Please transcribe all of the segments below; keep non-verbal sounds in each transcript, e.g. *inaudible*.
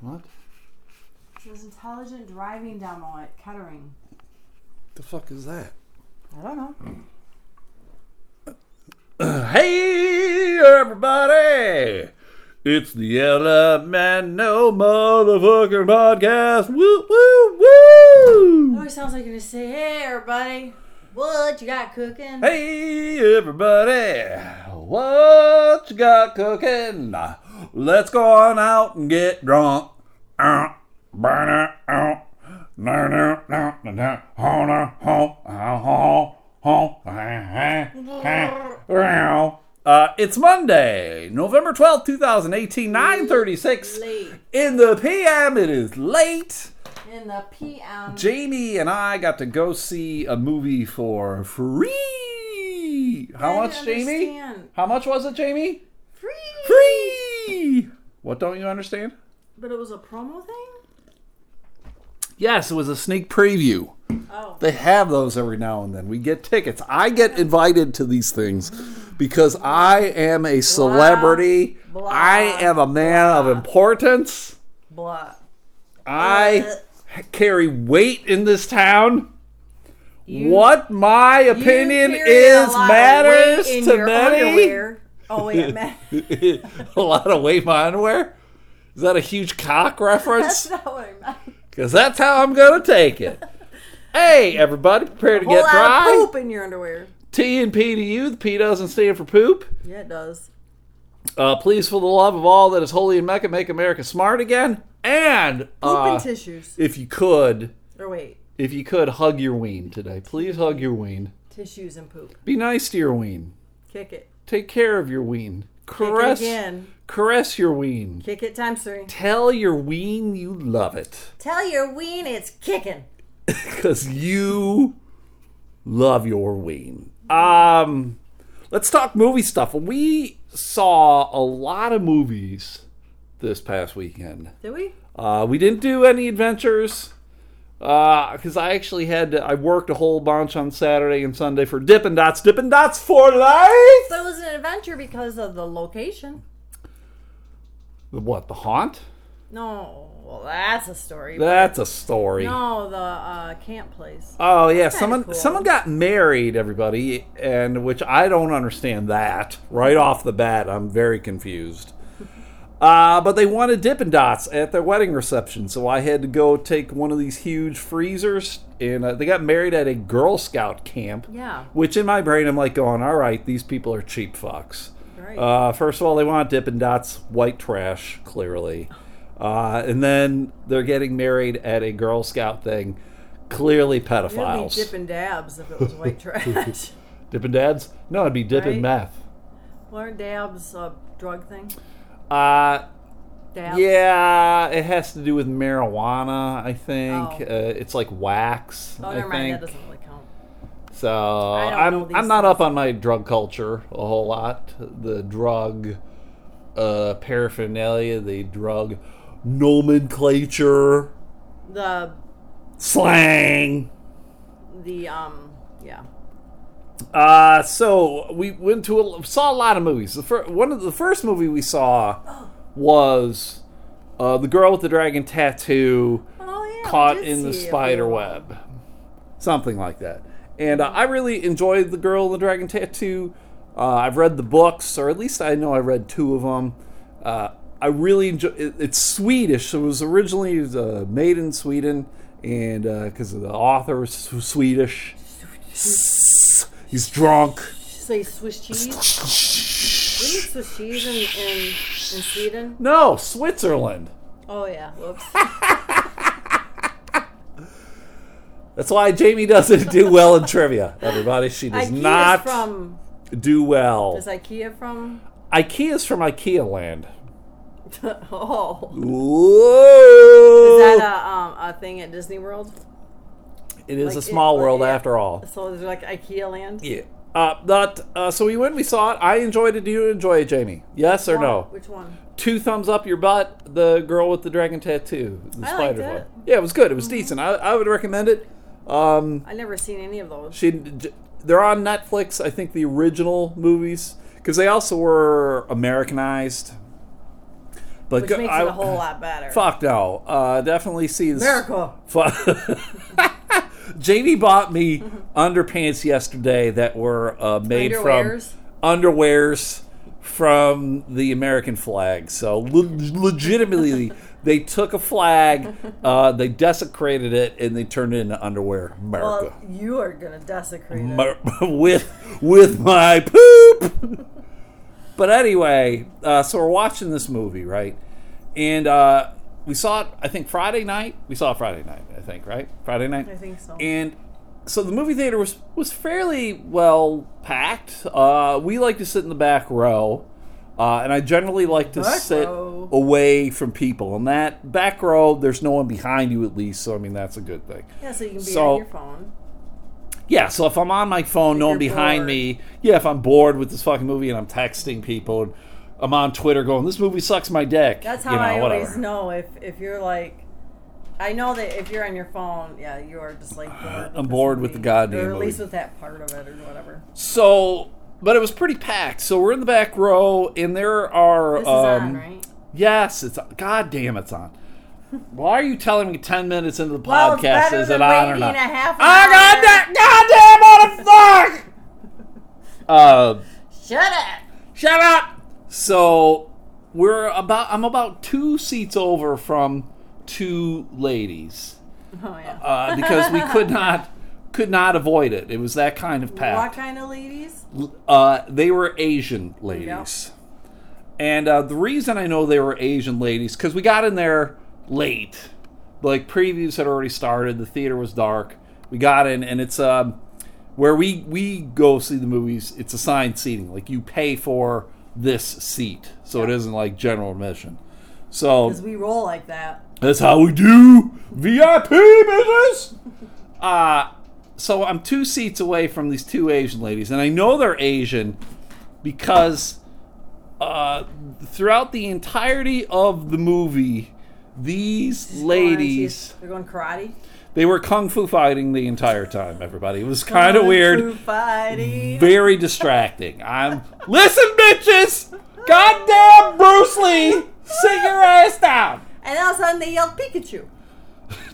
What? It says intelligent driving demo at Kettering. The fuck is that? I don't know. *clears throat* Hey, everybody! It's the Elemento Motherfucker Podcast. Woo, woo, It woo! always sounds like you're gonna say, "Hey, everybody, what you got cooking?" Hey, everybody! What you got cooking? Let's go on out and get drunk. Uh, burner, uh, no, no, no, no, no, oh, no, oh, oh, oh, oh, eh, eh, eh, meow. Uh, it's Monday, November twelfth, two 2018, 936 Late in the PM. It is late. in the PM. Jamie and I got to go see a movie for free. How I much, Jamie? understand. How much was it, Jamie? Free. Free. What don't you understand? But it was a promo thing. Yes, it was a sneak preview. Oh, They have those every now and then. We get tickets. I get invited to these things because I am a celebrity. blah, I am a man of importance. blah. I carry weight in this town. You- what my opinion You carry a is lot of matters weight in to your *laughs* many. underwear. Oh wait, it *laughs* matters. *laughs* a lot of weight in my underwear. Is that a huge cock That's *laughs* reference? not what I meant. Because that's how I'm gonna take it. hey, everybody, prepare to Whole get lot of dry. poop in your underwear. T and P to you. The P doesn't stand for poop. Yeah, it does. Uh, please, for the love of all that is holy and Mecca, make America smart again. And Poop uh, and tissues. if you could, Or wait, if you could hug your ween today, please hug your ween. tissues and poop. Be nice to your ween. Kick it. Take care of your ween. Kick Caress, it again. caress your ween. Kick it times three. Tell your ween you love it, Tell your ween it's kicking. cause you love your ween. Um, let's talk movie stuff. We saw a lot of movies this past weekend. Did we? Uh, we didn't do any adventures because I actually had to, I worked a whole bunch on Saturday and Sunday for Dippin' Dots. Dippin' Dots for life. So it was an adventure because of the location. The What the haunt? No, well, that's a story. That's a story. no, the uh, camp place. Oh yeah, someone cool. someone got married, everybody, and which I don't understand that right off the bat. I'm very *laughs* confused. Uh, but they wanted Dippin' Dots at their wedding reception, so I had to go take one of these huge freezers. And uh, they got married at a Girl Scout camp. Yeah. Which in my brain, I'm like going, all right, these people are cheap fucks. Right. Uh, first of all, they want Dippin' Dots white trash, clearly. Uh, and then they're getting married at a Girl Scout thing, clearly It'd pedophiles. be dipping dabs if it *laughs* was white trash. Dippin' Dads? No, it'd be Dippin' Meth. Learn dabs a drug thing? Uh, Dabs. yeah, it has to do with marijuana, I think. Oh. Uh, it's like wax. Oh, I never mind. think. That doesn't really count. So don't I'm know these I'm not things. up on my drug culture a whole lot. The drug uh, paraphernalia, the drug nomenclature, The slang. the um yeah. Uh, so we went to a, saw a lot of movies. The fir- one of the first movie we saw was uh, the girl with the dragon tattoo. Oh yeah. we caught did in the see a spider few. web, something like that. And uh, I really enjoyed the Girl in the Dragon Tattoo. Uh, I've read the books, or at least I know I read two of them. Uh, I really enjoy. It, it's Swedish. So it was originally uh, made in Sweden, and because the author was Sw- Swedish, he's drunk. Say Swiss cheese. We need Swiss cheese in, in, in Sweden. No, Switzerland. Oh yeah. Whoops. That's why Jamie doesn't do well in trivia. Everybody, *laughs* she does Ikea's not from do well. is IKEA from IKEA's from IKEA land. Oh. Whoa! Is that a, um, a thing at Disney World? it is like, a small it- world yeah. after all. So there's like IKEA land? Yeah. Uh, that, uh, so we went, we saw it. I enjoyed it. Do you enjoy it, Jamie? Yes or no? Oh, Which one? Two thumbs up your butt, the girl with the dragon tattoo, the I liked spider it. Mm-hmm. one. Yeah, it was good. It was decent. I, I would recommend it. Um, I never seen any of those. she, j- They're on Netflix, I think the original movies, because they also were Americanized. But which go- makes I- it a whole lot better. *laughs* Fuck no. Uh, definitely see this. Miracle. Fu- *laughs* Jamie bought me underpants yesterday that were uh, made Underwears? from underwears from the American flag. So le- legitimately, they took a flag, uh, they desecrated it, and they turned it into underwear. America. Well, you are gonna desecrate it. Mer- *laughs* with with my poop. but anyway, uh, so we're watching this movie, right? And uh, we saw it. I think Friday night. We saw it Friday night. I think right. Friday night. I think so. And so the movie theater was was fairly well packed. Uh, we like to sit in the back row. Uh, and I generally like to Back sit row. away from people. And that back row, there's no one behind you at least, so I mean that's a good thing. yeah, so you can be So- on your phone. Yeah, so if I'm on my phone, no you're one behind bored. me. Yeah, if I'm bored with this fucking movie and I'm texting people and I'm on Twitter going, "This movie sucks my dick." That's you how know, I whatever. always know if if you're like. I know that if you're on your phone, yeah, you are just like bored Uh, I'm this bored with movie, the goddamn or at movie. least with that part of it or whatever. So, but it was pretty packed. So we're in the back row, and there are This is um, on, right? yes, it's on. God damn, it's on. Why are you telling me ten minutes into the Well, podcast it's better is than it on or waiting not? a half an I got hour. that *laughs* goddamn motherfucker. uh, Shut up. Shut up. So we're about I'm about two seats over from two ladies Oh yeah. uh, because we could not could not avoid it. It was that kind of what packed. kind of ladies? Uh, they were Asian ladies, and uh, the reason I know they were Asian ladies because we got in there late. Like previews had already started. The theater was dark. We got in, and it's um, where we we go see the movies. It's assigned seating. Like you pay for this seat, so it isn't like general admission. So Because we roll like that. that's how we do VIP business. Uh, so I'm two seats away from these two Asian ladies, and I know they're Asian because uh, throughout the entirety of the movie, these ladies They're going karate. they were kung fu fighting the entire time. Everybody, it was kind of weird, Kung fu Fighting. very distracting. I'm listen, bitches. Goddamn Bruce Lee, sit your ass down. And all of a sudden they yelled Pikachu.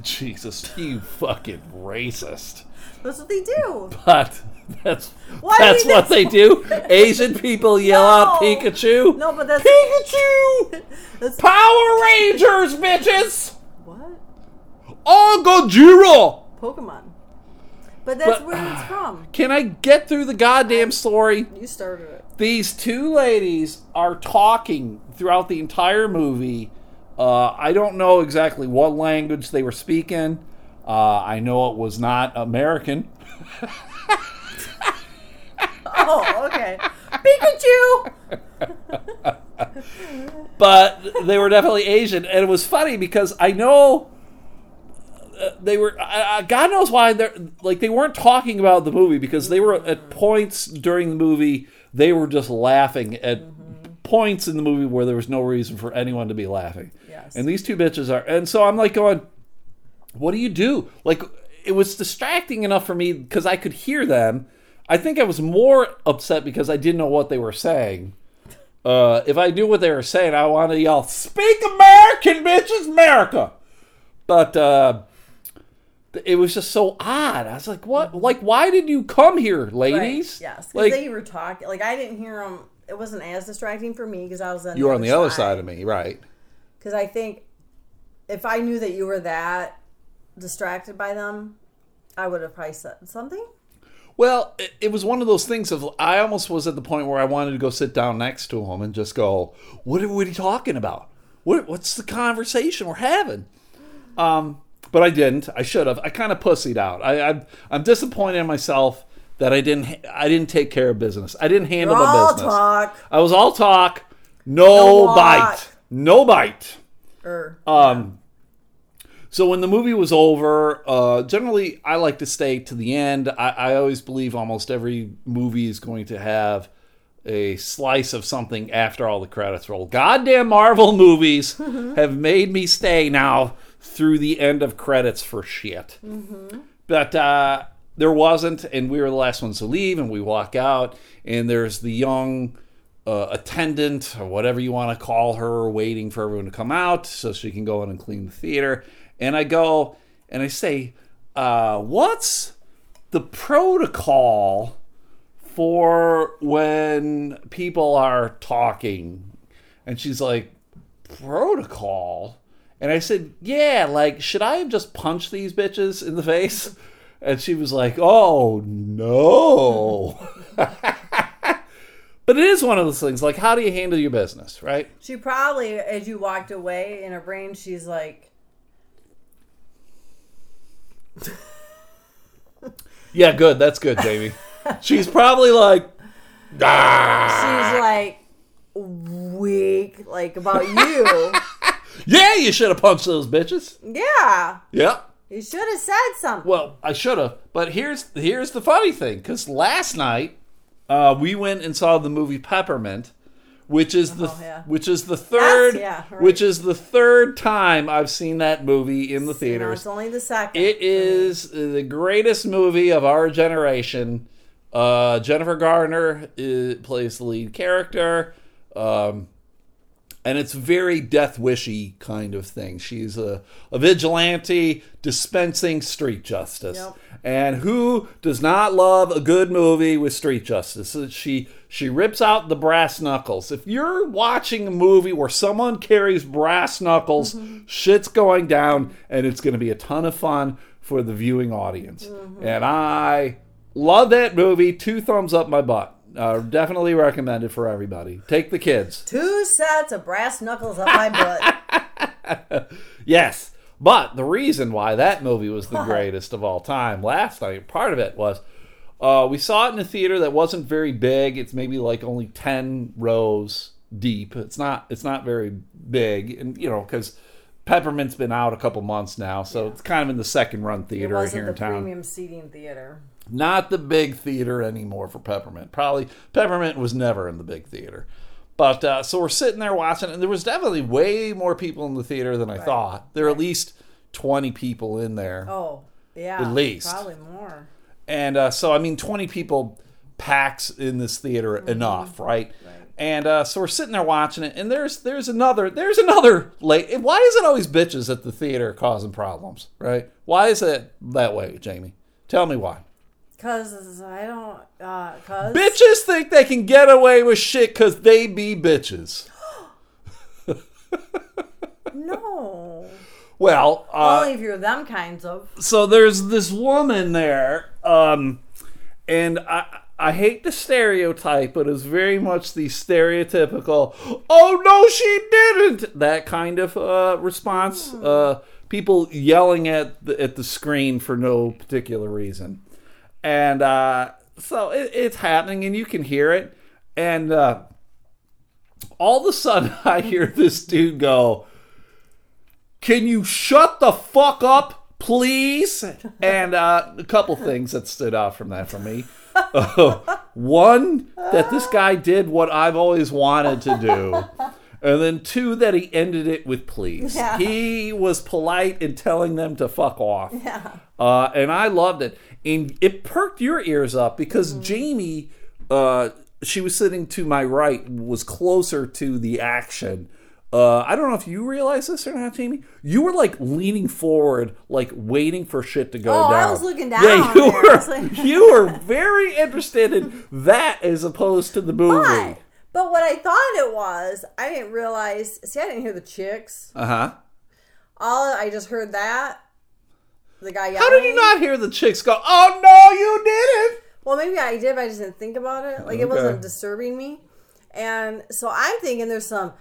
Jesus, you fucking racist. That's what they do. But that's Why do that's we what they *laughs* do. Asian people yell out No. Pikachu. No, but that's- Pikachu. That's Power Rangers, bitches. what All Gojira. Pokemon. But that's But- *sighs* where it's from. Can I get through the goddamn story? You started it. These two ladies are talking throughout the entire movie. Uh, I don't know exactly what language they were speaking. Uh, I know it was not American. Oh, okay. Pikachu. but they were definitely Asian, and it was funny because I know uh, they were. I, I, God knows why they're like they weren't talking about the movie because they were at points during the movie they were just laughing at points in the movie where there was no reason for anyone to be laughing. Yes. And these two bitches are, and so I'm like going, "What do you do?" Like it was distracting enough for me because I could hear them. I think I was more upset because I didn't know what they were saying. Uh, if I knew what they were saying, I wanted to yell, "Speak American, bitches, America!" But uh, th- it was just so odd. I was like, "What? Like, why did you come here, Right. ladies?" Yes. 'cause like they were talking. Like I didn't hear them. It wasn't as distracting for me because I was on. you were on the other side of me, right? Because I think if I knew that you were that distracted by them, I would have probably said something. Well, it, it was one of those things of I almost was at the point where I wanted to go sit down next to him and just go, "What are we talking about? What what's the conversation we're having?" Um, but I didn't. I should have. I kind of pussied out. I, I I'm disappointed in myself that I didn't ha- I didn't take care of business. I didn't handle my All business. talk. I was all talk, no, No walk. bite, no bite. Or Um, so when the movie was over, uh, generally I like to stay to the end. I, I always believe almost every movie is going to have a slice of something after all the credits roll. Goddamn Marvel movies have made me stay now through the end of credits for shit. But uh, there wasn't, and we were the last ones to leave, and we walk out, and there's the young uh, attendant or whatever you want to call her waiting for everyone to come out so she can go in and clean the theater. And I go and I say, uh, What's the protocol for when people are talking? And she's like, Protocol? And I said, Yeah, like, should I have just punched these bitches in the face? And she was like, Oh, no. *laughs* But it is one of those things. Like, how do you handle your business, right? She probably, as you walked away, in her brain, she's like, Yeah, good. That's good, Jamie. She's probably like, ah, she's like weak, like *laughs* about you. yeah, you should have punched those bitches. yeah, Yeah. you should have said something. Well, I should have. But here's here's the funny thing, because last night uh, we went and saw the movie Peppermint, which is the Oh, yeah. which is the third yeah, right. which is the third time I've seen that movie in the You know, theaters. it's only the second. It is the greatest movie of our generation. Uh, Jennifer Garner uh plays the lead character, um, and it's very death wishy kind of thing. She's a, a vigilante dispensing street justice, Yep. and who does not love a good movie with street justice? So She she rips out the brass knuckles. If you're watching a movie where someone carries brass knuckles, shit's going down, and it's going to be a ton of fun for the viewing audience. And I love that movie. Two thumbs up my butt. Uh, definitely recommended for everybody. Take the kids. Two sets of brass knuckles up my butt. Yes. But the reason why that movie was the greatest of all time last night, part of it was uh, we saw it in a theater that wasn't very big. It's maybe like only 10 rows deep. It's not it's not very big and you know cuz Peppermint's been out a couple months now, so it's kind of in the second run *laughs* It theater wasn't here the in town. premium seating theater. Not the big theater anymore for Peppermint. Probably Peppermint was never in the big theater. But uh, so we're sitting there watching, and there was definitely way more people in the theater than I thought. There were at least 20 people in there. Oh, yeah. At least. Probably more. And uh, so, I mean, 20 people packs in this theater enough, right? And uh, so we're sitting there watching it, and there's there's another there's another late. Why is it always bitches at the theater causing problems, right? Why is it that way, Jamie? Tell me why. Because I don't, uh, because. Bitches think they can get away with shit because they be bitches. No. Well, uh, Only if you're them kinds of. so there's this woman there, um, and I I hate the stereotype, but it's very much the stereotypical. Oh no, she didn't. That kind of uh, response. Uh, people yelling at the, at the screen for no particular reason, and uh, so it, it's happening, and you can hear it, and. Uh, all of a sudden *laughs* I hear this dude go, Can you shut the fuck up, please? And uh, a couple things that stood out from that for me. one, that this guy did what I've always wanted to *laughs* do. And then two, that he ended it with please. Yeah. He was polite in telling them to fuck off. Uh, and I loved it. And it perked your ears up because Mm-hmm. Jamie, uh, she was sitting to my right, was closer to the action. Uh, I don't know if you realize this or not, Jamie. You were like leaning forward, like waiting for shit to go Oh, I down. was looking down Yeah, you there. I was were. like- *laughs* you were very interested in that as opposed to the movie. But, but what I thought it was, I didn't realize. See, I didn't hear the chicks. Uh huh. All I just heard that. The guy yelling. How did you not hear the chicks go? Oh no, you didn't. Well, maybe I did, but I just didn't think about it. Like, it Okay. wasn't disturbing me. And so I'm thinking there's some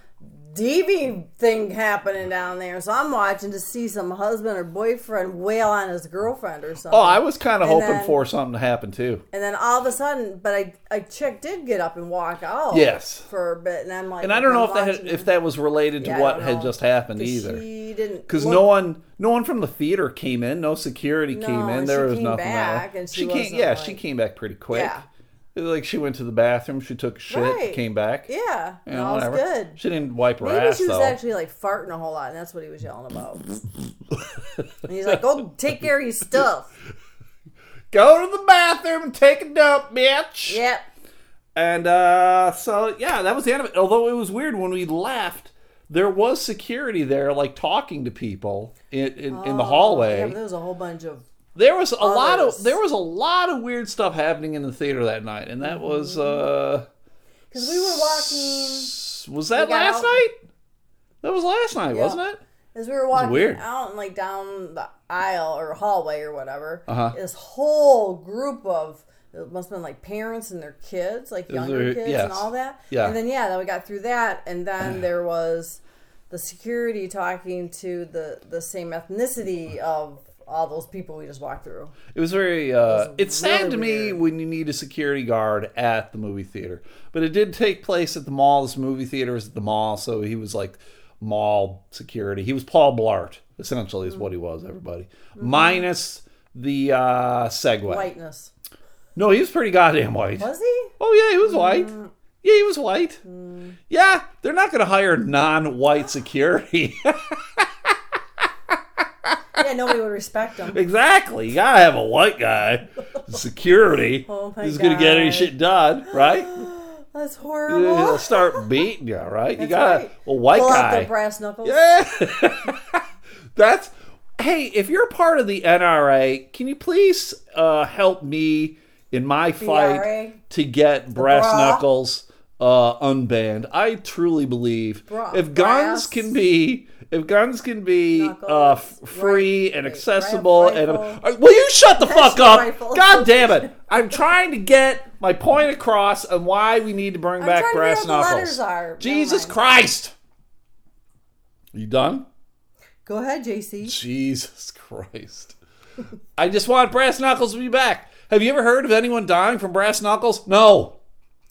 DV thing happening down there. So I'm watching to see some husband or boyfriend wail on his girlfriend or something. Oh, I was kind of hoping then- for something to happen too. And then all of a sudden, but I, a chick did get up and walk out. Yes. For a bit. And I'm like, And I don't know if that watching had, if that was related to Yeah, I what don't had know. just happened Because either. She didn't. Because look- no one, no one from the theater came in. No security came No, in. and There she was came nothing. there. back and she she came, wasn't, yeah, like- she came back pretty quick. Yeah. It was Like she went to the bathroom, she took a shit, Right. came back. Yeah. you know, no, it whatever. was good. She didn't wipe her Maybe ass she was though. actually like farting a whole lot, and that's what he was *laughs* yelling about. and he's like, "Go take care of *laughs* your stuff." Go to the bathroom and take a dump, bitch. Yep. And uh, so yeah, that was the end of it. Although it was weird when we left, there was security there, like talking to people in in, in the hallway. Oh, Yeah, but there was a whole bunch of. There was a lot of Others. there was a lot of weird stuff happening in the theater that night, and that was Mm-hmm. uh Because we were walking. was that We got last out- night? That was last night, wasn't it? As we were walking weird. out and like down the aisle or hallway or whatever, Uh-huh. this whole group of it must have been like parents and their kids, like younger there- kids yes. and all that. Yeah. And then yeah, then we got through that, and then there was the security talking to the the same ethnicity of all those people we just walked through. It was very uh it's sad really to me weird. when you need a security guard at the movie theater. But it did take place at the mall. This movie theater is at the mall, so he was like mall security. He was Paul Blart, essentially is what he was, everybody. Mm-hmm. Minus the uh Segway. Whiteness No, he was pretty goddamn white. was he? Mm. Oh yeah, he was white. Yeah, he was white. Yeah, they're not going to hire non-white security. *laughs* Yeah, nobody would *laughs* respect him. exactly. You gotta have a white *laughs* guy. Security. Oh, my Who's going to get any God. shit done, right? *laughs* That's horrible. He'll start beating you, right? you got right. a white Pull out guy. the brass knuckles. Yeah. *laughs* That's hey, if you're part of the NRA, can you please uh, help me in my fight BRA? to get brass bra? knuckles uh, unbanned? I truly believe Bra- if guns brass can be if guns can be uh, f- knuckles, free right- and right, accessible rif- and rifle. uh, will you shut the fuck your up? rifle. God damn *laughs* it! I'm trying to get my point across on why we need to bring back trying to brass figure out what the knuckles. letters are. Never Jesus mind. Christ! You done? Go ahead, JC. Jesus Christ. *laughs* I just want brass knuckles to be back. Have you ever heard of anyone dying from brass knuckles? No.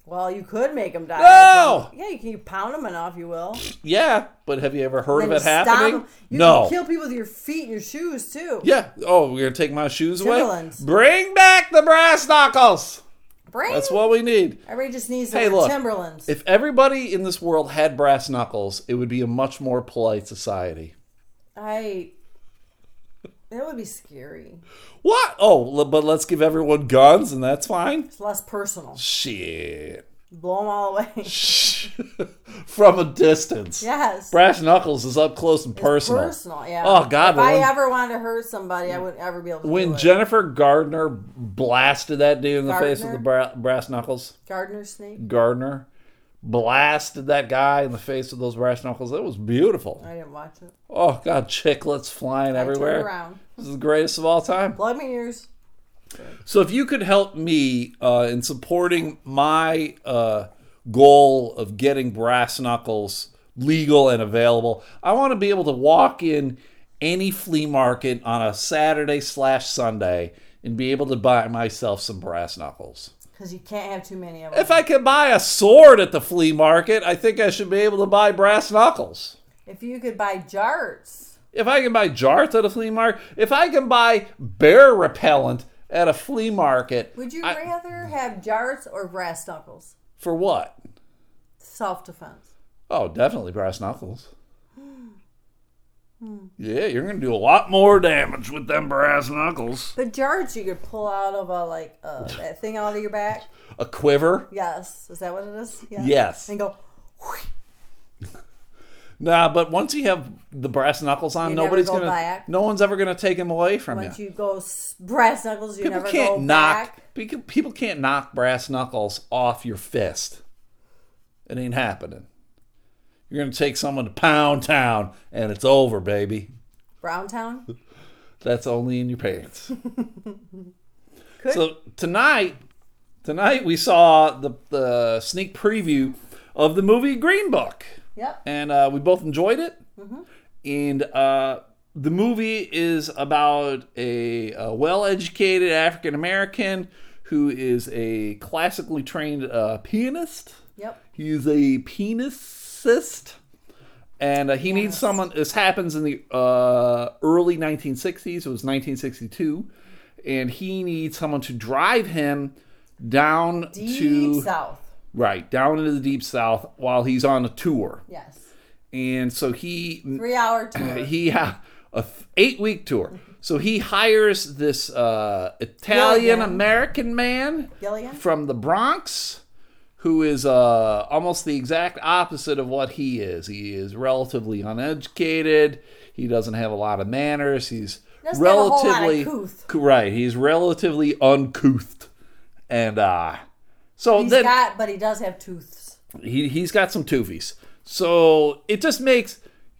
Well, you could make them die. No! Yeah, you can you pound them enough. You will. Yeah, but have you ever heard And of it stomp happening? 'em. You No. can kill people with your feet and your shoes too. yeah. Oh, we're gonna take my shoes away. Timberlands. Bring back the brass knuckles. Brain. That's what we need. Everybody just needs Hey, some look. Timberlands. If everybody in this world had brass knuckles, it would be a much more polite society. I. That would be scary. What? Oh, l- but let's give everyone guns, and that's fine. It's less personal. Shit. *laughs* Blow them all away. *laughs* From a distance. yes. Brass knuckles is up close and personal. Personal, yeah. Oh God! If but I when, ever wanted to hurt somebody, I wouldn't ever be able to. when do it. Jennifer Gardner blasted that dude in the face with Gardner? the bra- brass knuckles, gardener snake, Gardner blasted that guy in the face with those brass knuckles. That was beautiful. I didn't watch it. Oh God! Chicklets flying Turn everywhere. around, This is the greatest of all time. plug my ears. So if you could help me uh, in supporting my uh, goal of getting brass knuckles legal and available, I want to be able to walk in any flea market on a Saturday slash Sunday and be able to buy myself some brass knuckles. Because you can't have too many of them. If I could buy a sword at the flea market, I think I should be able to buy brass knuckles. If you could buy jars, If I can buy jars at a flea market, if I can buy bear repellent at a flea market, would you I- rather have jars or brass knuckles? for what? Self defense. Oh, definitely brass knuckles. Yeah, you're gonna do a lot more damage with them brass knuckles. But jars you could pull out of a like *laughs* uh, that thing out of your back. A quiver? Yes, is that what it is? Yeah. Yes. And go. Nah, but once you have the brass knuckles on, You never nobody's go gonna, back. no one's ever gonna take them away from Once you. you go s- brass knuckles, you People never can't go knock. back. beca- People can't knock brass knuckles off your fist. It ain't happening. You're gonna take someone to Pound Town, and it's over, baby. Brown Town. That's only in your pants. *laughs* Could- so tonight, tonight we saw the the sneak preview of the movie Green Book, Yep. Mm-hmm. and uh, we both enjoyed it. And uh, the movie is about a, a well-educated African American who is a classically trained uh, pianist. *laughs* Yep. He is a penisist, and uh, he needs someone. This happens in the uh, early 1960s. It was 1962, and he needs someone to drive him down Deep to South. right down into the deep south while he's on a tour. Yes. And so he *clears throat* Three hour tour. Uh, he ha- a th- eight week tour. So he hires this uh, Italian American man Gilligan? from the Bronx who is uh, almost the exact opposite of what he is. He is relatively uneducated. He doesn't have a lot of manners. He's Doesn't have a whole lot of relatively couth. cou- right. He's relatively uncouthed, and uh, so He's then got, but he does have tooths. he he's got some toofies. So it just makes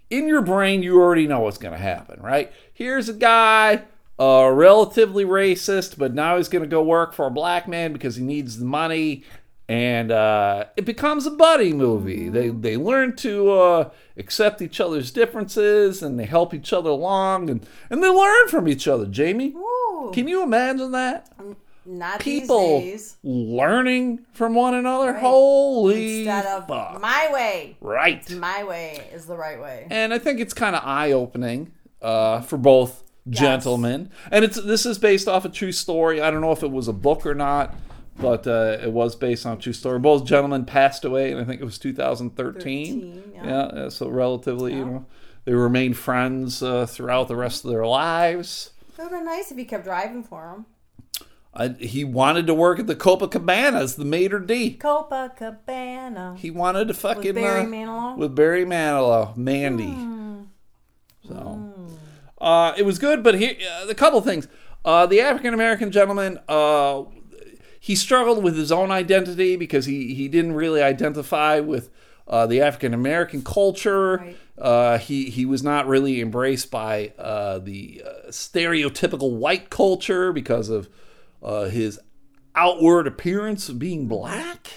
in your brain you already know what's gonna happen, right? Here's a guy, uh, relatively racist, but now he's gonna go work for a black man because he needs the money, and uh, it becomes a buddy movie. They they learn to uh, accept each other's differences and they help each other along and and they learn from each other. Jamie, Ooh, can you imagine that? not People these days. learning from one another. Holy Instead of fuck. my way, Right. my way is the right way. And I think it's kind of eye opening uh, for both gentlemen. And it's this is based off a true story. I don't know if it was a book or not, but uh, it was based on a true story. Both gentlemen passed away, and I think it was 2013. 13, yeah. yeah. uh, so relatively, you know, they remained friends uh, throughout the rest of their lives. It would have been nice if you kept driving for him. I, he wanted to work at the Copacabana as the maitre d. Copacabana. He wanted to fucking Barry uh, Manilow? Hmm. with Barry Manilow, Mandy. So uh, it was good, but here uh, a couple things. Uh, the African American gentleman, uh, he struggled with his own identity because he he didn't really identify with. Uh, the African American culture. Right. Uh, he he was not really embraced by uh, the uh, stereotypical white culture because of uh, his outward appearance of being black.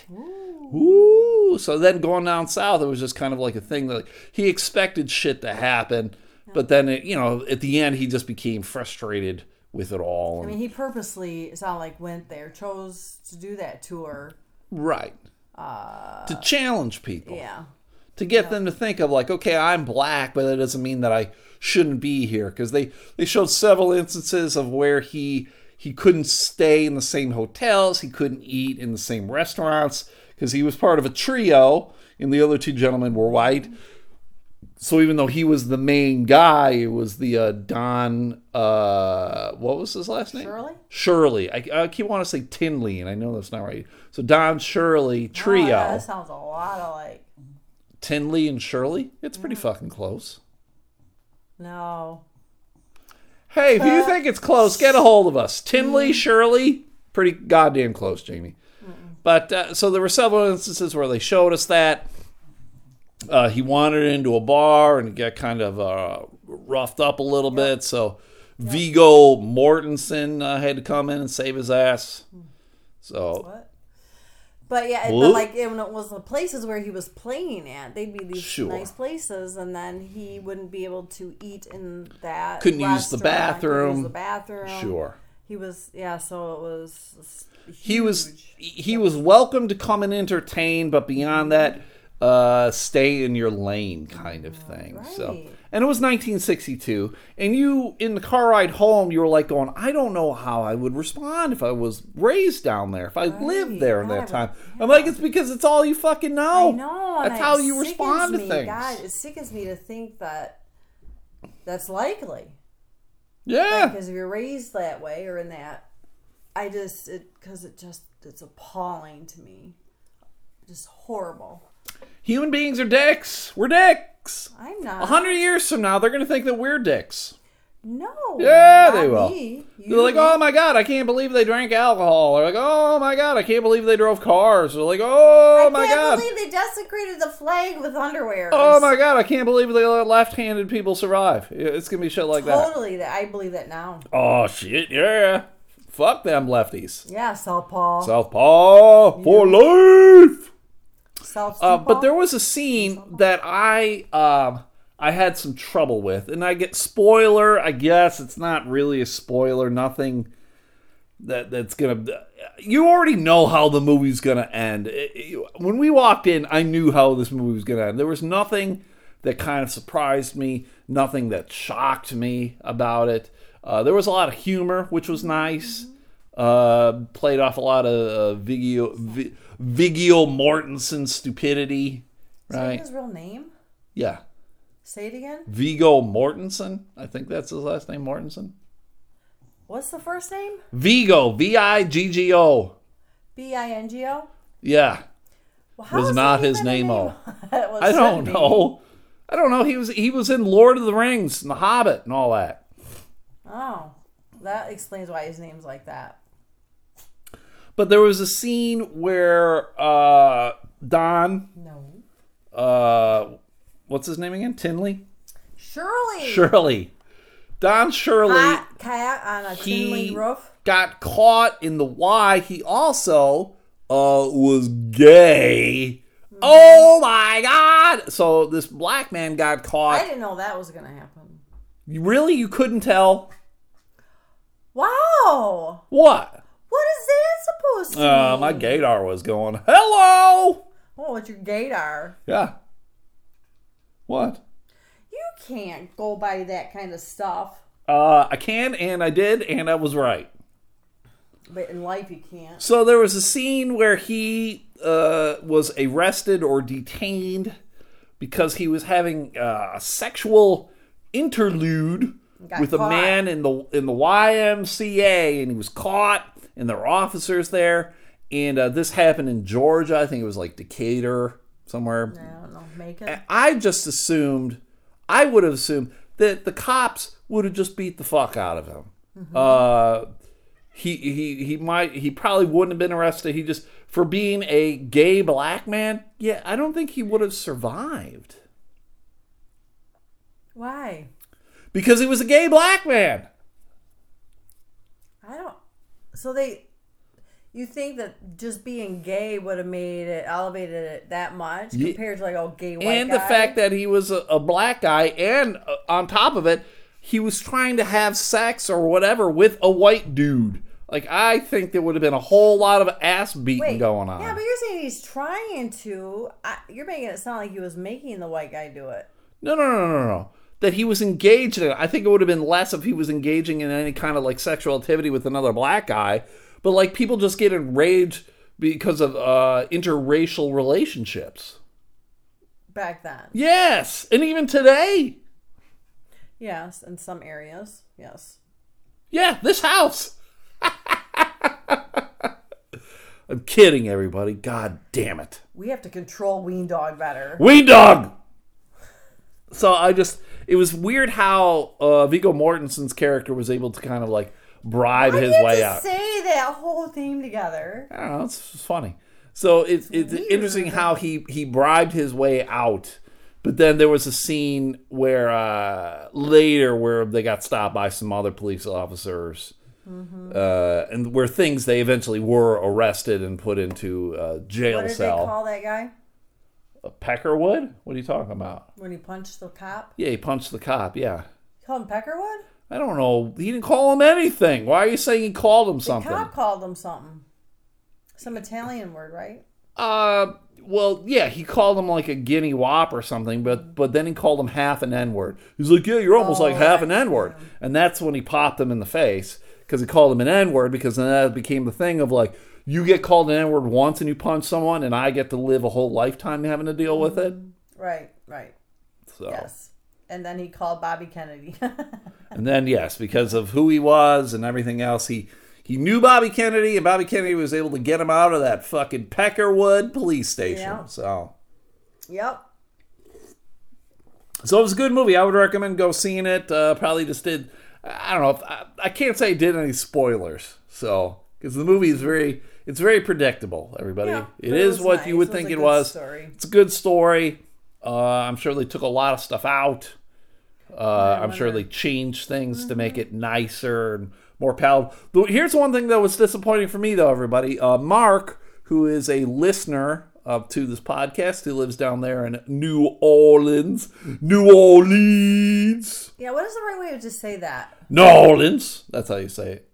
Ooh. So then going down south, it was just kind of like a thing that like, he expected shit to happen, but then it, you know at the end he just became frustrated with it all. I mean, he purposely, it's not like went there, chose to do that tour. right. to challenge people. Yeah. to get them to think of like okay i'm black but that doesn't mean that i shouldn't be here because they they showed several instances of where he he couldn't stay in the same hotels he couldn't eat in the same restaurants because he was part of a trio and the other two gentlemen were white so even though he was the main guy it was the uh, don uh what was his last name Shirley? shirley i, I keep wanting to say tinley and i know that's not right so don shirley trio Oh, yeah, that sounds a lot alike. Tinley and Shirley. It's pretty fucking close. No. Hey, if you think it's close, get a hold of us. Tinley, Shirley, pretty goddamn close, Jamie. But uh, so there were several instances where they showed us that uh, he wandered into a bar and got kind of uh, roughed up a little bit. So Vigo Mortensen uh, had to come in and save his ass. So What? But yeah, it- Blue? but like it, when it was the places where he was playing at, they'd be these Sure. nice places, and then he wouldn't be able to eat in that. Couldn't use the restaurant, couldn't use bathroom. the bathroom. sure. He was yeah. So it was. he was he was welcome to come and entertain, but beyond that, uh, stay in your lane kind of thing. So, Mm-hmm. Right. and it was 1962, and you in the car ride home, you were like going, I don't know how I would respond if I was raised down there, if I lived there in that God, I time. I'm like, it's because it's all you fucking know. I know. and that's it how you sickens respond to me. things. God, it sickens me to think that that's likely Yeah, because if you're raised that way or in that, I just it because it just it's appalling to me, just horrible. human beings are dicks. We're dicks. I'm A not. hundred years from now, they're gonna think that we're dicks. No. Yeah, not they will. me. You. They're like, oh my god, I can't believe they drank alcohol. They're like, oh my god, I can't believe they drove cars. They're like, oh my I can't god, believe they desecrated the flag with underwear. oh my god, I can't believe they let left-handed people survive. Yeah, It's gonna be shit like that. Totally, that I believe that now. Oh shit, yeah. Fuck them lefties. Yeah, South Paul. Southpaw for life. South Uh, but there was a scene that I um, I had some trouble with, and I get spoiler. I guess it's not really a spoiler. Nothing that that's gonna. You already know how the movie's gonna end. It- it- when we walked in, I knew how this movie was gonna end. There was nothing that kind of surprised me. Nothing that shocked me about it. Uh, there was a lot of humor, which was nice. Uh, played off a lot of uh, Vigio, Vi, Vigio Mortensen stupidity, Is that right? his real name? Yeah, Say it again. Vigo Mortensen. I think that's his last name, Mortensen. What's the first name? Vigo, V I G G O. B I N G O. Yeah, Well, how was is not that his even a name all. *laughs* That was I don't Sunday. know. I don't know. He was he was in Lord of the Rings and The Hobbit and all that. Oh, that explains why his name's like that. But there was a scene where uh, Don, No. uh, what's his name again? Tinley, Shirley. Shirley, Don Shirley Hot kayak on a he tinley roof. got caught in the Y. He also uh, was gay. Oh my God! So this black man got I caught. didn't know that was going to happen. You- Really, you couldn't tell Wow. what? What is that supposed to Uh, mean? my gaydar was going. Hello. Oh, it's your gaydar. Yeah. What? You can't go by that kind of stuff. Uh, I can, and I did, and I was right. But in life, you can't. So there was a scene where he uh, was arrested or detained because he was having uh, a sexual interlude Got with a caught. man in the in the YMCA, and he was caught, and there were officers there. And uh, this happened in Georgia. I think it was like Decatur, somewhere. I don't know. Make it. I just assumed, I would have assumed that the cops would have just beat the fuck out of him. Mm-hmm. Uh, he he he might he probably wouldn't have been arrested. He just for being a gay black man. Yeah, I don't think he would have survived Why? because he was a gay black man. I don't. So they. You think that just being gay would have made it elevated it that much compared to like oh gay white and the guy? fact that he was a, a black guy, and uh, on top of it, he was trying to have sex or whatever with a white dude. Like I think there would have been a whole lot of ass beating Wait, going on. Yeah, but you're saying he's trying to. I, you're making it sound like he was making the white guy do it. No, no, no, no, no. That he was engaged in it. I think it would have been less if he was engaging in any kind of like sexual activity with another black guy. But like people just get enraged because of uh, interracial relationships. back then. Yes, and even today. Yes, in some areas. Yes. Yeah, this house. *laughs* I'm kidding, everybody. God damn it. We have to control Ween Dog better. Ween Dog. So I just it was weird how uh, Vigo Mortensen's character was able to kind of like bribe Why do his you have way to out. Say that whole theme together. I don't know. It's f- funny. So it, it's weird. interesting how he he bribed his way out, but then there was a scene where uh, later where they got stopped by some other police officers, Mm-hmm. uh, and where things they eventually were arrested and put into a jail What did cell. they call that guy a Peckerwood? What are you talking about? when he punched the cop? Yeah, he punched the cop. Yeah. Call him Peckerwood. I don't know. He didn't call him anything. Why are you saying he called him something? Cop called him something. Some Italian word, right? Uh, well, yeah, he called him like a guinea wop or something, but but then he called him half an N word. He's like, yeah, you're almost Oh, like half an right. N word, and that's when he popped him in the face because he called him an N word because then that became the thing of like you get called an N word once and you punch someone, and I get to live a whole lifetime having to deal with it. Right, right. So Yes. And then he called Bobby Kennedy. *laughs* and then yes, because of who he was and everything else, he. He knew Bobby Kennedy, and Bobby Kennedy was able to get him out of that fucking Peckerwood police station. Yeah. So yep. So it was a good movie. I would recommend go seeing it. Uh, probably just did. I don't know. If, I, I can't say I did any spoilers. So because the movie is very, it's very predictable. Everybody, Yeah, it but is was what nice. you would It think a it good was. Story. It's a good story. Uh, I'm sure they took a lot of stuff out. Uh, I'm sure they changed things to make it nicer and more palatable. But here's one thing that was disappointing for me, though, everybody. Uh, Mark, who is a listener up to this podcast, who lives down there in New Orleans, New Orleans, Yeah. What is the right way to just say that? New Orleans. That's how you say it.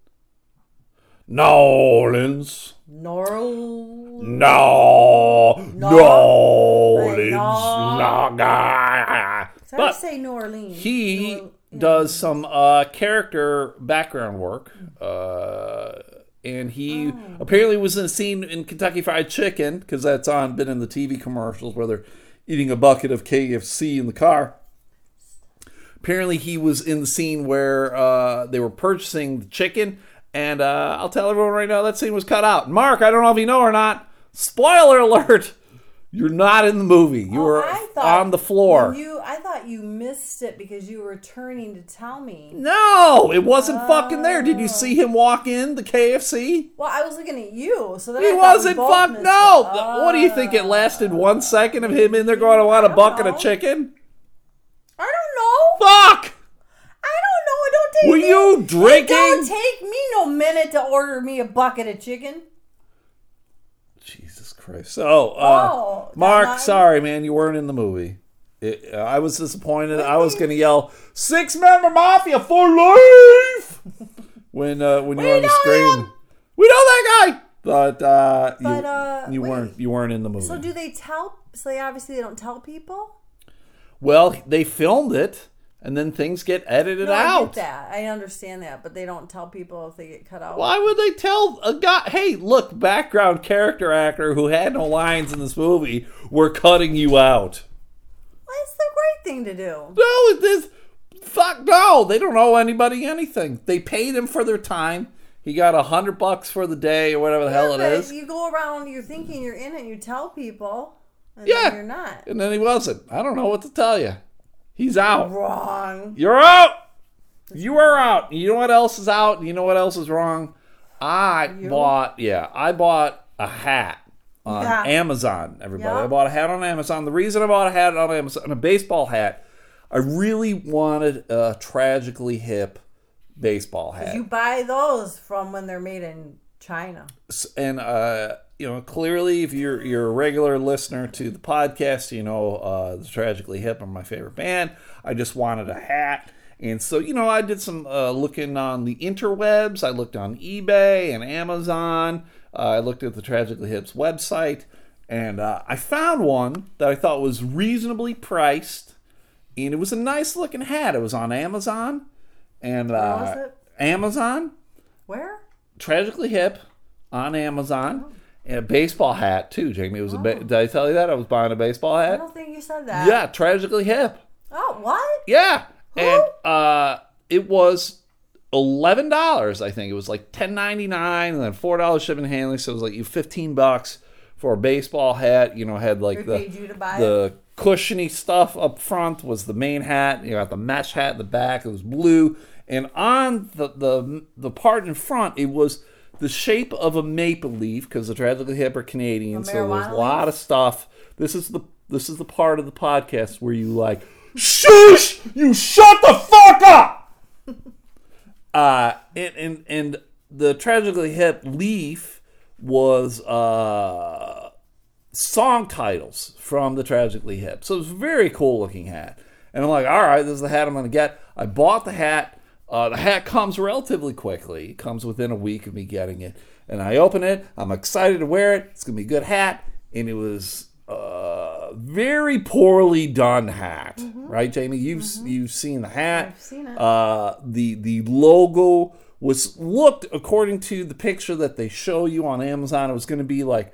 New Orleans. Norl. No, no, Like, Orleans, no, no. no. Sorry to But say New Orleans. he does some uh, character background work, uh, and Oh. he apparently was in a scene in Kentucky Fried Chicken because that's on been in the TV commercials where they're eating a bucket of KFC in the car. Apparently, he was in the scene where uh, they were purchasing the chicken, and uh, I'll tell everyone right now that scene was cut out. Mark, I don't know if you know or not. Spoiler alert! You're not in the movie. You Oh, were I thought on the floor. You, I thought you missed it because you were turning to tell me. no, it wasn't fucking there. Did you see him walk in the KFC? Well, I was looking at you, so then I He thought we wasn't both fuck missed no. it. Oh. What do you think? It lasted one second of him in there going, "I want a don't bucket of know. chicken." I don't know. Fuck! I don't know. It Don't take Were me. you It don't drinking? take me no minute to order me a bucket of chicken. Jesus Christ! So, uh, Oh, that Mark, line- sorry man, you weren't in the movie. It, uh, I was disappointed. I was gonna yell six member mafia for life when uh, when you were on the know screen. him. We know that guy, but uh, you, But, uh, you wait. weren't you weren't in the movie. So do they tell? So they obviously they don't tell people. well, they filmed it, and then things get edited No, I out. get that. I understand that, but they don't tell people if they get cut out. Why would they tell a guy, hey, look, background character actor who had no lines in this movie, we're cutting you out? Well, it's the right thing to do. No, it is. Fuck no. They don't owe anybody anything. They paid him for their time. He got a hundred bucks for the day or whatever the hell it But is. You go around, you're thinking you're in it, you tell people, and Yeah. then you're not. And then he wasn't. I don't know what to tell you. He's out. Wrong. You're out. You are out. You know what else is out? You know what else is wrong? I bought, yeah, I bought a hat on Yeah. Amazon, everybody. Yeah. I bought a hat on Amazon. The reason I bought a hat on Amazon, a baseball hat, I really wanted a tragically hip baseball hat. You buy those from when they're made in China. S- and uh, you know clearly if you're you're a regular listener to the podcast you know uh, the tragically hip are my favorite band i just wanted a hat and so you know i did some uh, looking on the interwebs i looked on ebay and amazon uh, i looked at the tragically hip's website and uh, i found one that i thought was reasonably priced and it was a nice looking hat it was on amazon and uh, was it? amazon Where? Tragically Hip on Amazon and a baseball hat too, Jamie. It was a ba- did I tell you that I was buying a baseball I hat? don't think you said that. Yeah, Tragically Hip. Oh, what? Yeah. And uh it was eleven dollars, I think. It was like ten ninety nine and then four dollars shipping and handling, so it was like you fifteen bucks for a baseball hat, you know, had like They paid the you to buy it. the cushiony stuff up front was the main hat. You got the mesh hat in the back. It was blue, and on the the the part in front, it was the shape of a maple leaf because the tragically hip are Canadian, so there's marijuana a leaf? lot of stuff. This is the this is the part of the podcast where you like, shush, you shut the fuck up. *laughs* Uh, and, and and the tragically hip leaf was uh, song titles from the tragically hip, so it was a very cool looking hat. And I'm like, all right, this is the hat I'm gonna get. I bought the hat. Uh, the hat comes relatively quickly. It comes within a week of me getting it, and I open it. I'm excited to wear it. It's gonna be a good hat, and it was uh, very poorly done hat, right, Jamie? You've you've seen the hat. Mm-hmm. I've seen it. Uh, the the logo was looked according to the picture that they show you on Amazon. It was going to be like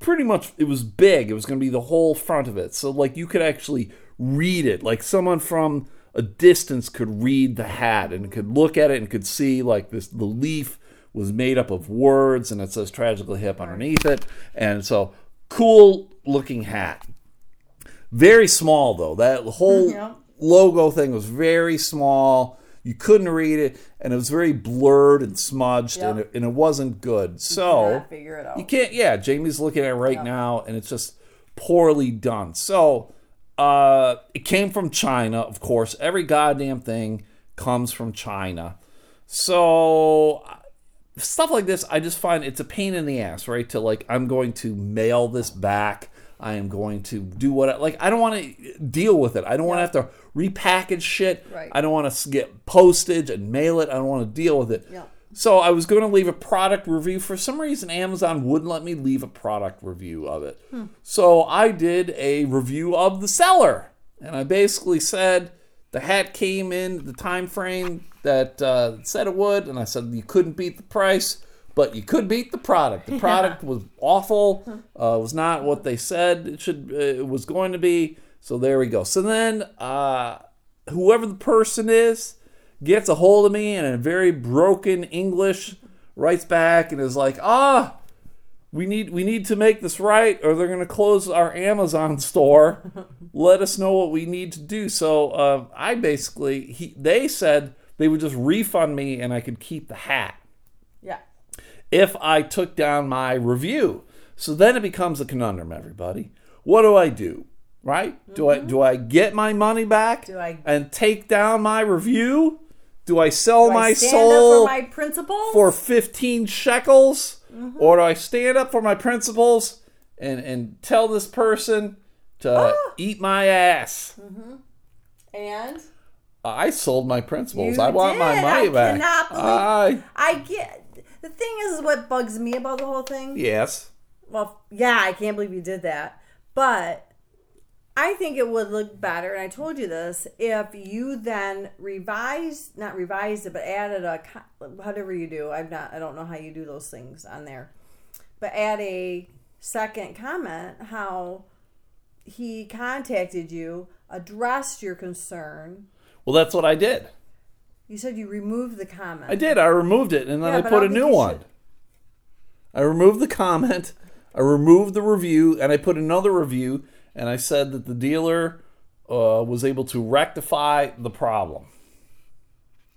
pretty much it was big. It was going to be the whole front of it, so like you could actually read it. Like someone from a distance could read the hat and could look at it and could see like this the leaf was made up of words and it says tragically hip underneath it, and so cool looking hat. Very small though. That whole *laughs* Yeah. logo thing was very small. You couldn't read it, and it was very blurred and smudged, and, Yep. it, and it wasn't good. So cannot figure it out. Oh. you can't. Yeah, Jamie's looking at it right now, and it's just poorly done. So uh, it came from China, of course. Every goddamn thing comes from China. So uh, stuff like this, I just find it's a pain in the ass, right? To like, I'm going to mail this back. I am going to do what I like. I don't want to deal with it. I don't want to have to repackage shit. Right. I don't want to get postage and mail it. I don't want to deal with it. Yeah. So I was going to leave a product review. For some reason, Amazon wouldn't let me leave a product review of it. So I did a review of the seller, and I basically said the hat came in the time frame that uh, said it would, and I said you couldn't beat the price, but you could beat the product. The product was awful. Uh, it was not what they said it should. Uh, it was going to be. So there we go. So then. Uh, whoever the person is gets a hold of me and in very broken English writes back and is like, ah, we need we need to make this right or they're going to close our Amazon store. Let us know what we need to do. So uh, I basically he, they said they would just refund me and I could keep the hat Yeah. if I took down my review. So then it becomes a conundrum, everybody. What do I do? Right? Do I do I get my money back Do I- and take down my review? Do I sell Do my I stand soul? up for my Mm-hmm. principles. for 15 shekels or do I stand up for my principles and, and tell this person to Ah. eat my ass? and I sold my principles. You I want my did. money I back. cannot I- believe- I get the thing is what bugs me about the whole thing. yes. Well, yeah, I can't believe you did that, but. I think it would look better, and I told you this, if you then revised, not revised it, but added a, co- whatever you do, I'm not, I don't know how you do those things on there, but add a second comment how he contacted you, addressed your concern. Well, that's what I did. You said you removed the comment. I did. I removed it and then Yeah, I but put a I don't new think you one. should- I removed the comment, I removed the review, and I put another review and I said that the dealer uh, was able to rectify the problem.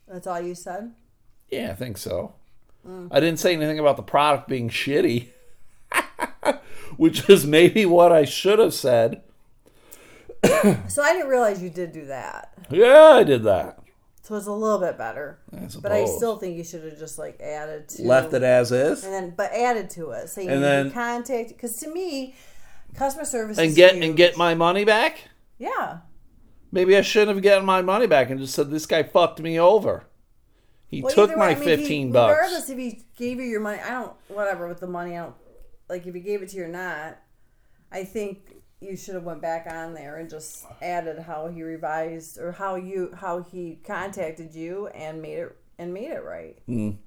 That's all you said? Yeah, I think so. Mm. I didn't say anything about the product being shitty, *laughs* which is maybe what I should have said. So I didn't realize you did do that. Yeah, I did that. So it's a little bit better. But I suppose. still think you should have just like added to Left it as is and then but added to it. So you And then- can contact because to me, customer service and is get huge. and get my money back. yeah. Maybe I shouldn't have gotten my money back and just said this guy fucked me over. He Well, took either my way, I mean, if he- fifteen bucks. Regardless if he gave you your money, I don't whatever with the money. I don't like if he gave it to you or not. I think you should have went back on there and just added how he revised or how you how he contacted you and made it and made it right. Mm.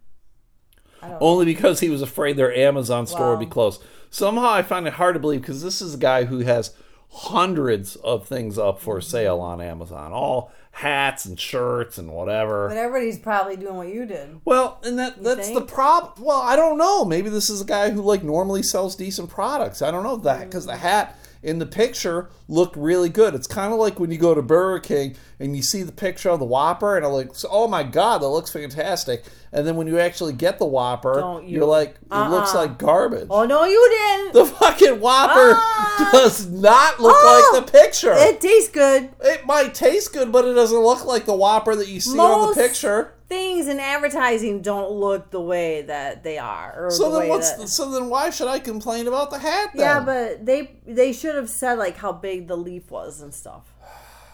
Only because he was afraid their Amazon store would be Wow. closed. Somehow I find it hard to believe because this is a guy who has hundreds of things up for sale on Amazon, all hats and shirts and whatever. But everybody's probably doing what you did. Well, and that that's the think? problem. Well, I don't know. Maybe this is a guy who like normally sells decent products. I don't know that because Mm. the hat in the picture looked really good. It's kind of like when you go to Burger King and you see the picture of the Whopper and it looks, oh my god, that looks fantastic. And then when you actually get the Whopper, Don't you. you- are like, it looks like garbage. Oh no, you didn't. The fucking Whopper Ah! does not look Oh! like the picture. It, It tastes good. might taste good, but it doesn't look like the Whopper that you see on Most- the picture. Things in advertising don't look the way that they are. Or So the then way what's that- so then why should I complain about the hat then? Yeah, but they they should have said like how big the leaf was and stuff.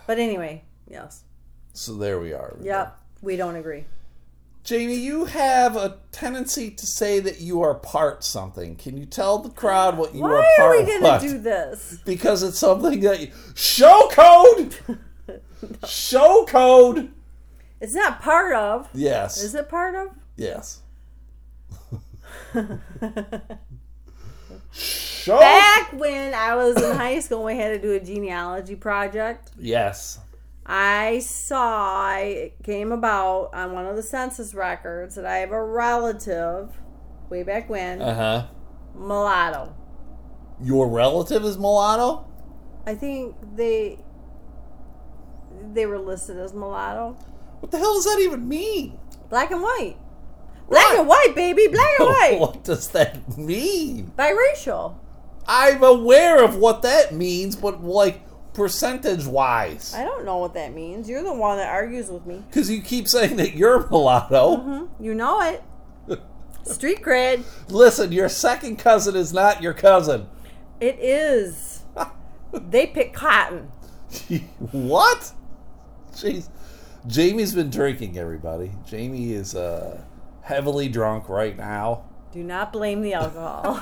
But anyway, yes, so there we are. yep, we don't agree. Jamie, you have a tendency to say that you are part something. Can you tell the crowd what you Why are are part we gonna what? do this? *laughs* Because it's something that you show *laughs* code. Show code. It's not part of. Yes. Is it part of? *laughs* Yes. show Back when I was in high school, we had to do a genealogy project. Yes. I saw it came about on one of the census records that I have a relative way back when Uh-huh. mulatto. Your relative is mulatto? I think they they were listed as mulatto. What the hell does that even mean? Black and white. Black Right. and white, baby. *laughs* *laughs* Black and white. What does that mean? Biracial. I'm aware of what that means, but like percentage wise. I don't know what that means. You're the one that argues with me. Because you keep saying that you're mulatto. You know it. Street cred. Listen, your second cousin is not your cousin. *laughs* It is. They pick cotton. what? Jeez. Jamie's been drinking, everybody. Jamie is uh, heavily drunk right now. Do not blame the alcohol.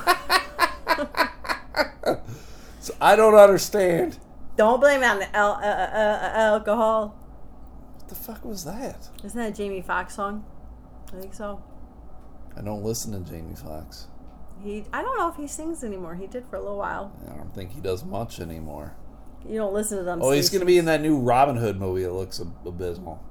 So I don't understand. don't blame it on the al- uh, uh, uh, alcohol. What the fuck was that? Isn't that a Jamie Foxx song? I think so. I don't listen to Jamie Foxx. He. I don't know if he sings anymore. He did for a little while. I don't think he does much anymore. You don't listen to them. Oh, he's going to be in that new Robin Hood movie. It looks ab- abysmal.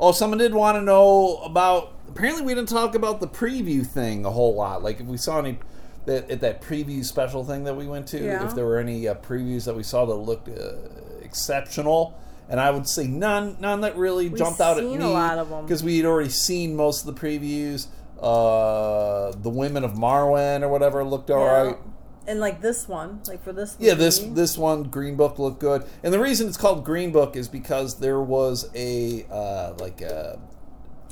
Oh, someone did want to know about. Apparently, we didn't talk about the preview thing a whole lot. Like, if we saw any that at that preview special thing that we went to, Yeah. if there were any uh, previews that we saw that looked uh, exceptional. And I would say none, none that really jumped out at me seen a lot of 'em. because we had already seen most of the previews. Uh, the women of Marwen or whatever looked all right. And like this one, like for this. Yeah, this movie. this one Green Book looked good, and the reason it's called Green Book is because there was a uh, like a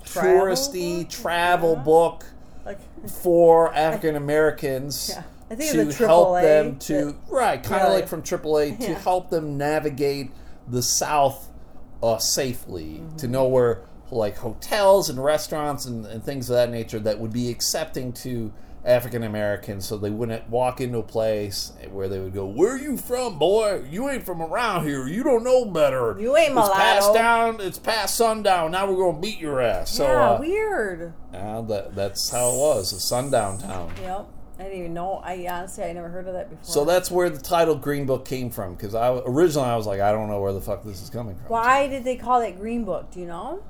Travel touristy book? travel Yeah. book Like, for African Americans Yeah. I think to it's a help AAA them to that- right, kind of Really? like from *laughs* AAA to Yeah. help them navigate the South uh, safely Mm-hmm. to know where like hotels and restaurants and, and things of that nature that would be accepting to African Americans, so they wouldn't walk into a place where they would go, "Where you from, boy? You ain't from around here. You don't know better. You ain't It's past mulatto." down. It's past sundown. Now we're gonna beat your ass." So *laughs* yeah, uh, weird. now that that's how it was, a sundown town. Yep. I didn't even know. I honestly, I never heard of that before. So that's where the title Green Book came from, because I originally I was like, I don't know where the fuck this is coming from. Why did they call it Green Book? Do you know?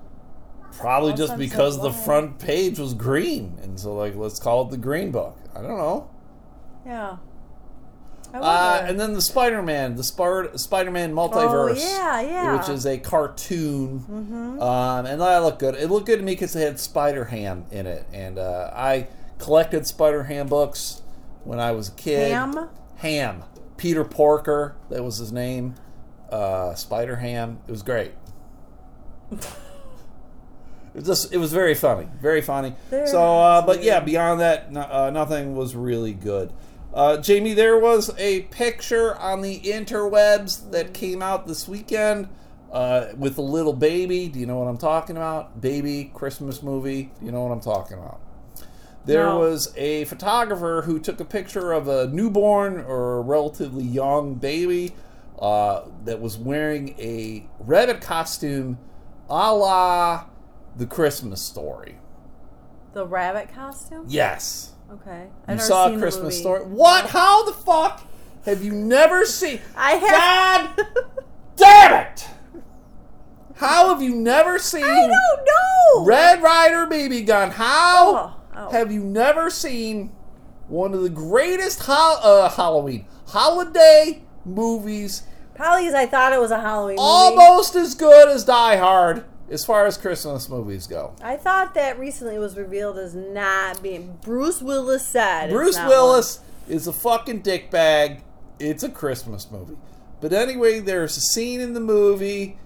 Probably Well, just some said because the why. front page was green, and so like let's call it the Green Book. I don't know. Yeah. I Uh, wonder. and then the Spider Man, the Spar- Spider Man multiverse. Oh, yeah, yeah. Mm-hmm. Which is a cartoon. Um, and that looked good. It looked good to me because it had Spider Ham in it. And uh, I collected Spider Ham books when I was a kid. Ham? Ham. Peter Porker, that was his name. Uh, Spider Ham. It was great. It just it was very funny, very funny. There- so, uh, but yeah, beyond that, no, uh, nothing was really good. Uh, Jamie, there was a picture on the interwebs that came out this weekend uh, with a little baby. Do you know what I'm talking about? Baby Christmas movie. Do you know what I'm talking about? There No. was a photographer who took a picture of a newborn or a relatively young baby uh, that was wearing a rabbit costume a la the Christmas story. the rabbit costume? Yes. Okay. You I've never saw seen a the Christmas movie. story. What? How the fuck have you never seen? I have. God damn it! How have you never seen *laughs* I don't know. Red Rider BB Gun? How Oh, oh. have you never seen one of the greatest ho- uh, Halloween holiday movies? Probably 'cause I thought it was a Halloween movie. Almost as good as Die Hard as far as Christmas movies go. I thought that recently was revealed as not being. Bruce Willis said. it's Bruce not Willis is a fucking dickbag. It's a Christmas movie. But anyway, there's a scene in the movie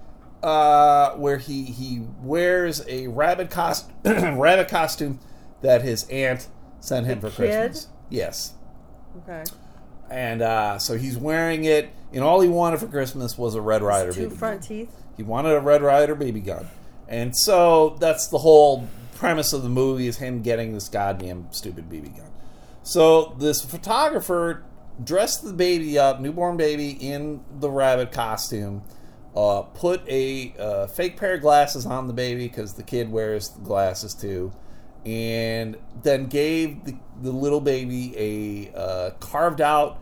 uh, where he, he wears a rabbit, cost- *clears throat* rabbit costume that his aunt sent him The for kid? Christmas. Yes. one. Okay. And uh, so he's wearing it, and all he wanted for Christmas was a Red Rider Two BB front teeth. he wanted a Red Rider BB gun. And so that's the whole premise of the movie is him getting this goddamn stupid BB gun. So this photographer dressed the baby up, newborn baby, in the rabbit costume, uh, put a uh, fake pair of glasses on the baby because the kid wears the glasses too, and then gave the, the little baby a uh, carved out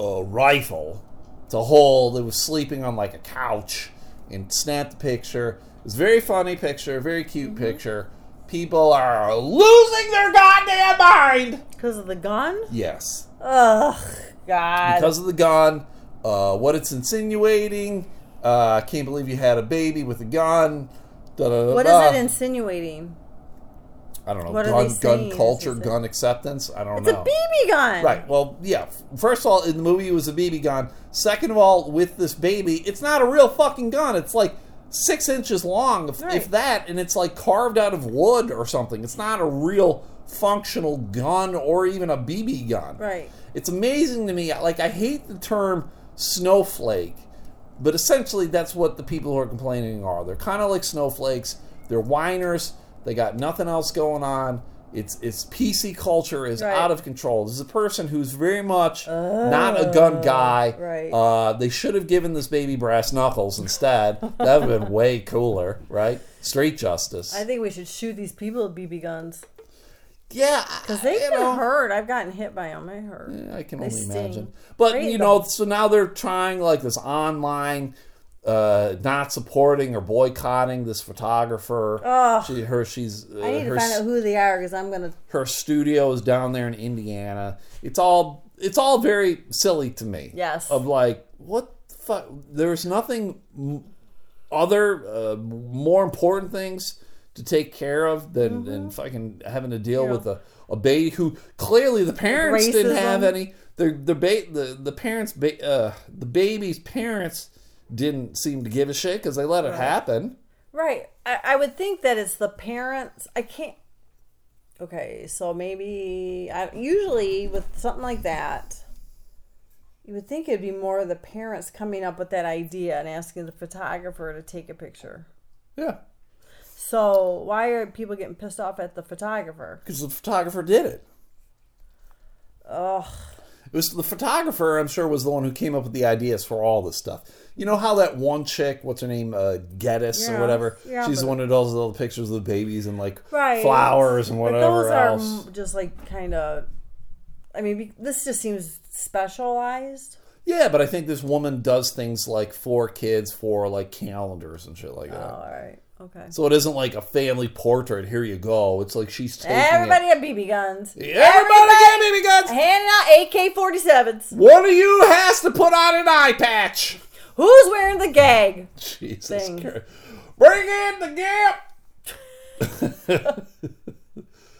a rifle to hold that was sleeping on like a couch and snapped the picture. It was a very funny picture, very cute picture. People are losing their goddamn mind. Because of the gun? Yes, Ugh. God. because of the gun, uh, what it's insinuating. Uh, I can't believe you had a baby with a gun. Da-da-da-da. what is it insinuating? I don't know. what are gun, they saying? gun Is culture, it- gun acceptance. I don't It's a know. BB gun. Right. Well, yeah. F- First of all, in the movie, it was a BB gun. Second of all, with this baby, it's not a real fucking gun. It's like six inches long, if, if Right. that, and it's like carved out of wood or something. It's not a real functional gun or even a BB gun. Right. It's amazing to me. Like, I hate the term snowflake, but essentially, that's what the people who are complaining are. They're kind of like snowflakes. They're whiners. They got nothing else going on. It's it's PC culture is Right. out of control. This is a person who's very much not a gun guy. Oh, right. Uh, they should have given this baby brass knuckles instead. that would have been way cooler, right? Straight justice. I think we should shoot these people with BB guns. yeah, Because they you can know. hurt. I've gotten hit by them. They hurt. Eh, I can They only sting. imagine. But Right, you the- know, so now they're trying like this online uh, not supporting or boycotting this photographer. She, her, she's uh, I need her to find out who they are because I'm gonna. her studio is down there in Indiana. It's all it's all very silly to me. Yes. Of like what the fuck? There's nothing m- other uh, more important things to take care of than, Mm-hmm. than fucking having to deal with a, a baby who clearly the parents didn't have Racism. any. The the ba- the the parents ba- uh, the baby's parents didn't seem to give a shit because they let it happen. Right. I, I would think that it's the parents. I can't. Okay, so maybe I, usually with something like that, you would think it'd be more the parents coming up with that idea and asking the photographer to take a picture. Yeah, So why are people getting pissed off at the photographer? because the photographer did it. Ugh. It was the photographer, I'm sure, was the one who came up with the ideas for all this stuff. You know how that one chick, what's her name, uh, Geddes Yeah. or whatever, Yeah, she's the but- one who does all the pictures of the babies and like Right. flowers and But whatever those else. are m- just like kind of. I mean, be- this just seems specialized. Yeah, but I think this woman does things like for kids, for like calendars and shit like Oh, that. all right. Okay. So it isn't like a family portrait. Here you go. It's like she's taking it. Everybody had BB guns. Everybody get baby guns. handing out AK 47s. One of you has to put on an eye patch. Who's wearing the gag? *laughs* Jesus thing. Christ. Bring in the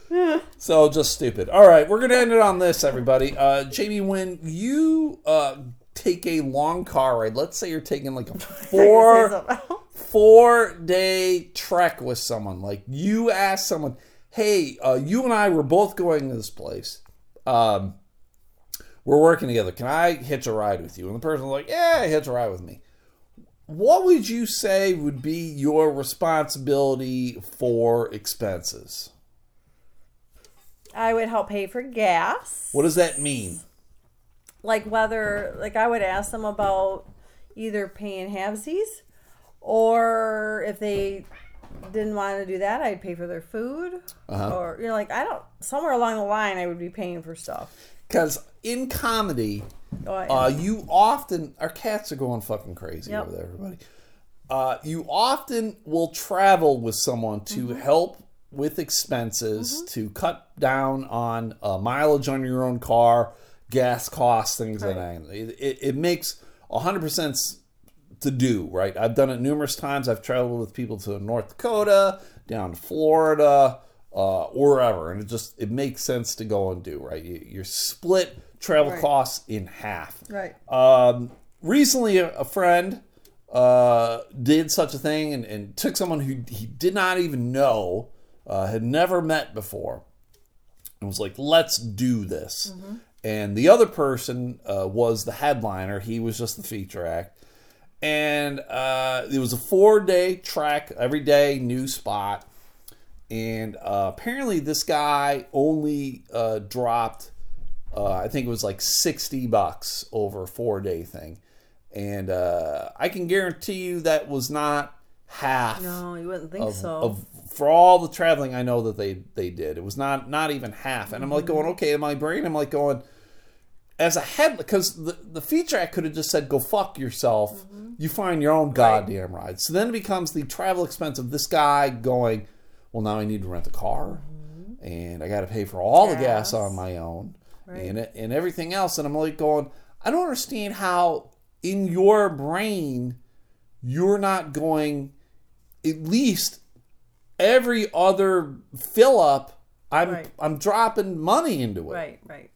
gap. *laughs* so just stupid. All right, we're gonna end it on this, everybody. Uh, Jamie, when you uh, take a long car ride, let's say *laughs* you're taking like a four four day trek with someone, like you ask someone, "Hey, uh, you and I were both going to this place. Um, we're working together. Can I hitch a ride with you?" And the person's like, "Yeah, hitch a ride with me." what would you say would be your responsibility for expenses? *laughs* I would help pay for gas. What does that mean? Like whether, like I would ask them about either paying halvesies or if they didn't want to do that, I'd pay for their food. Uh-huh. Or, you know, like I don't, somewhere along the line, I would be paying for stuff. Because in comedy, Oh, I- uh, you often our cats are going fucking crazy Yep. over there, everybody. Uh, you often will travel with someone to help with expenses, to cut down on uh, mileage on your own car, gas costs, things like that. It, it, it makes hundred percent to do, right? I've done it numerous times. I've traveled with people to North Dakota, down to Florida, uh, wherever, and it just it makes sense to go and do, right? You, you're split travel costs in half. Right. Um, recently, a, a friend uh, did such a thing and, and took someone who he did not even know, uh, had never met before, and was like, let's do this. And the other person uh, was the headliner, he was just the feature act. And uh, it was a four day track, every day, new spot. And uh, apparently, this guy only uh, dropped, uh, I think it was like 60 bucks over a four day thing. And uh, I can guarantee you that was not half no, you wouldn't think so. of for all the traveling I know that they they did. It was not not even half. And I'm like going, okay, in my brain, I'm like going as a head because the the feature act could have just said, go fuck yourself. You find your own goddamn ride. So then it becomes the travel expense of this guy going, well, now I need to rent a car, and I got to pay for all the gas Gas. on my own, and it- and everything else. And I'm like going, I don't understand how in your brain you're not going at least every other fill up i'm Right. i'm dropping money into it right, right.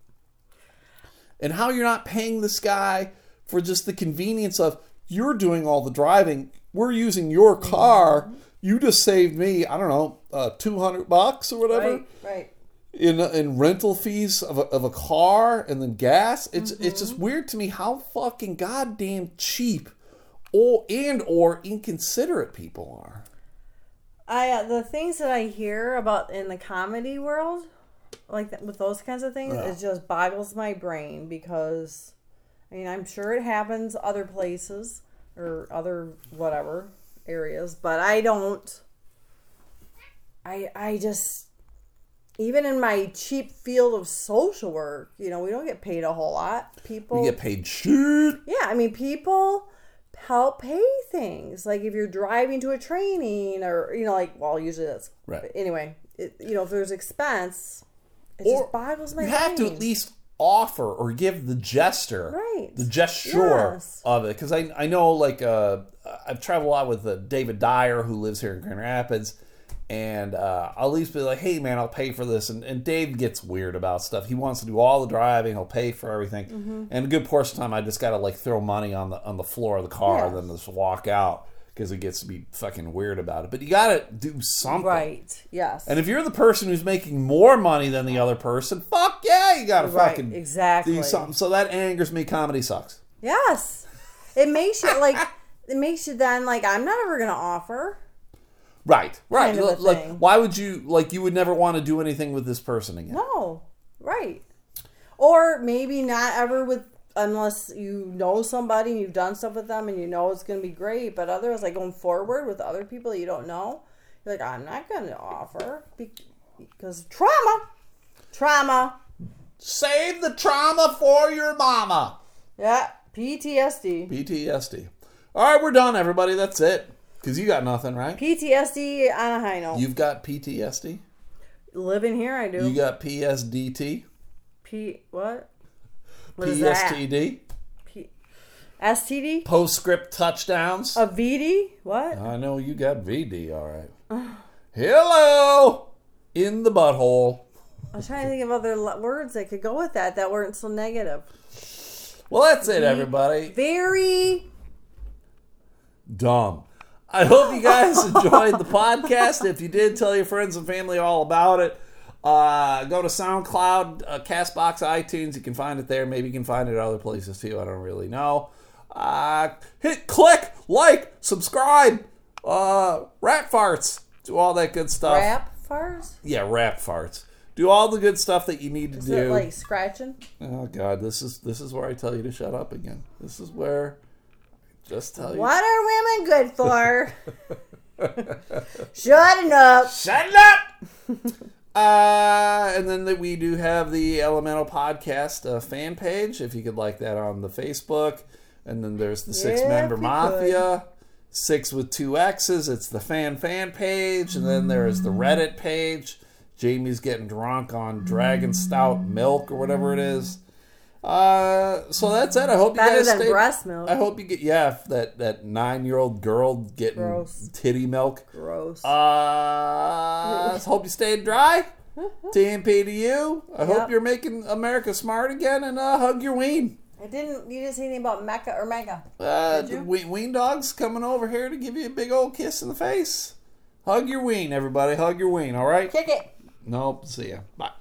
and how you're not paying this guy for just the convenience of you're doing all the driving we're using your Mm-hmm. car you just saved me i don't know uh, 200 bucks or whatever Right, right. in in rental fees of a, of a car and then gas. It's Mm-hmm. it's just weird to me how fucking goddamn cheap or and or inconsiderate people are. I uh, the things that I hear about in the comedy world, like th- with those kinds of things, it just boggles my brain because, I mean, I'm sure it happens other places or other whatever areas, but I don't. I I just even in my cheap field of social work, you know, we don't get paid a whole lot. People You get paid shit. yeah, I mean, people help pay things. Like if you're driving to a training or, you know, like, well, usually that's. Right. but anyway, it, you know, if there's expense, it Or just boggles my you have to brain. at least offer or give the gesture Right. the gesture Yes. of it because I, I know like uh, i've traveled a lot with uh, david dyer who lives here in grand rapids and uh, i'll at least be like hey man i'll pay for this and, and dave gets weird about stuff he wants to do all the driving he'll pay for everything Mm-hmm. and a good portion of the time i just gotta like throw money on the on the floor of the car Yeah. and then just walk out because it gets to be fucking weird about it but you gotta do something Right. Yes. and if you're the person who's making more money than the other person, fuck yeah, you gotta Right, fucking exactly. do something. So that angers me. Comedy sucks. yes. It makes you like, it makes you then like, I'm not ever going to offer. Right, right. Kind of a L- like, thing. why would you like? You would never want to do anything with this person again. No, right. Or maybe not ever with unless you know somebody and you've done stuff with them and you know it's going to be great. But otherwise, like going forward with other people you don't know, you're like, I'm not going to offer be- because trauma, trauma, Save the trauma for your mama. yeah, PTSD. PTSD. All right, we're done, everybody. That's it. Cause you got nothing, right? PTSD on a high note. You've got PTSD. Living here, I do. You got PSDT. P what? What is that? PSTD. P- STD? Postscript touchdowns. A VD? What? I know you got VD, all right. Hello! In the butthole. I'm trying to think of other lo- words that could go with that that weren't so negative. Well, that's it, everybody. very Dumb. I hope you *laughs* guys enjoyed the podcast. If you did, tell your friends and family all about it. Uh, go to SoundCloud, uh, Castbox, iTunes. You can find it there. Maybe you can find it other places too. I don't really know. Uh, hit click, like, subscribe, uh, rat farts, do all that good stuff. rap farts. Yeah, rap farts. Do all the good stuff that you need to Is do. it like scratching? Oh God, this is this is where I tell you to shut up again. This is where I just tell you. What are women good for? Shutting up. Shut it up. *laughs* uh, and then that we do have the Elemental Podcast uh, fan page. If you could like that on the Facebook, and then there's the Six Yeah, Member if you Mafia. Six with two X's. It's the fan fan page, and then there Mm. is the Reddit page. Jamie's getting drunk on Dragon Mm. Stout milk or whatever it is. Uh, so that's it. I hope you Better guys than stayed- breast milk. I hope you get yeah that that nine year old girl getting Gross. titty milk. Gross. Uh, hope you stayed dry. TMP to you. I hope Yep. you're making America smart again and uh, hug your ween. I didn't. You didn't say anything about Mecca or Mega. Uh, Did the you? ween, ween dog's coming over here to give you a big old kiss in the face. Hug your ween, everybody. Hug your ween, all right? Kick it. Nope. See ya. Bye.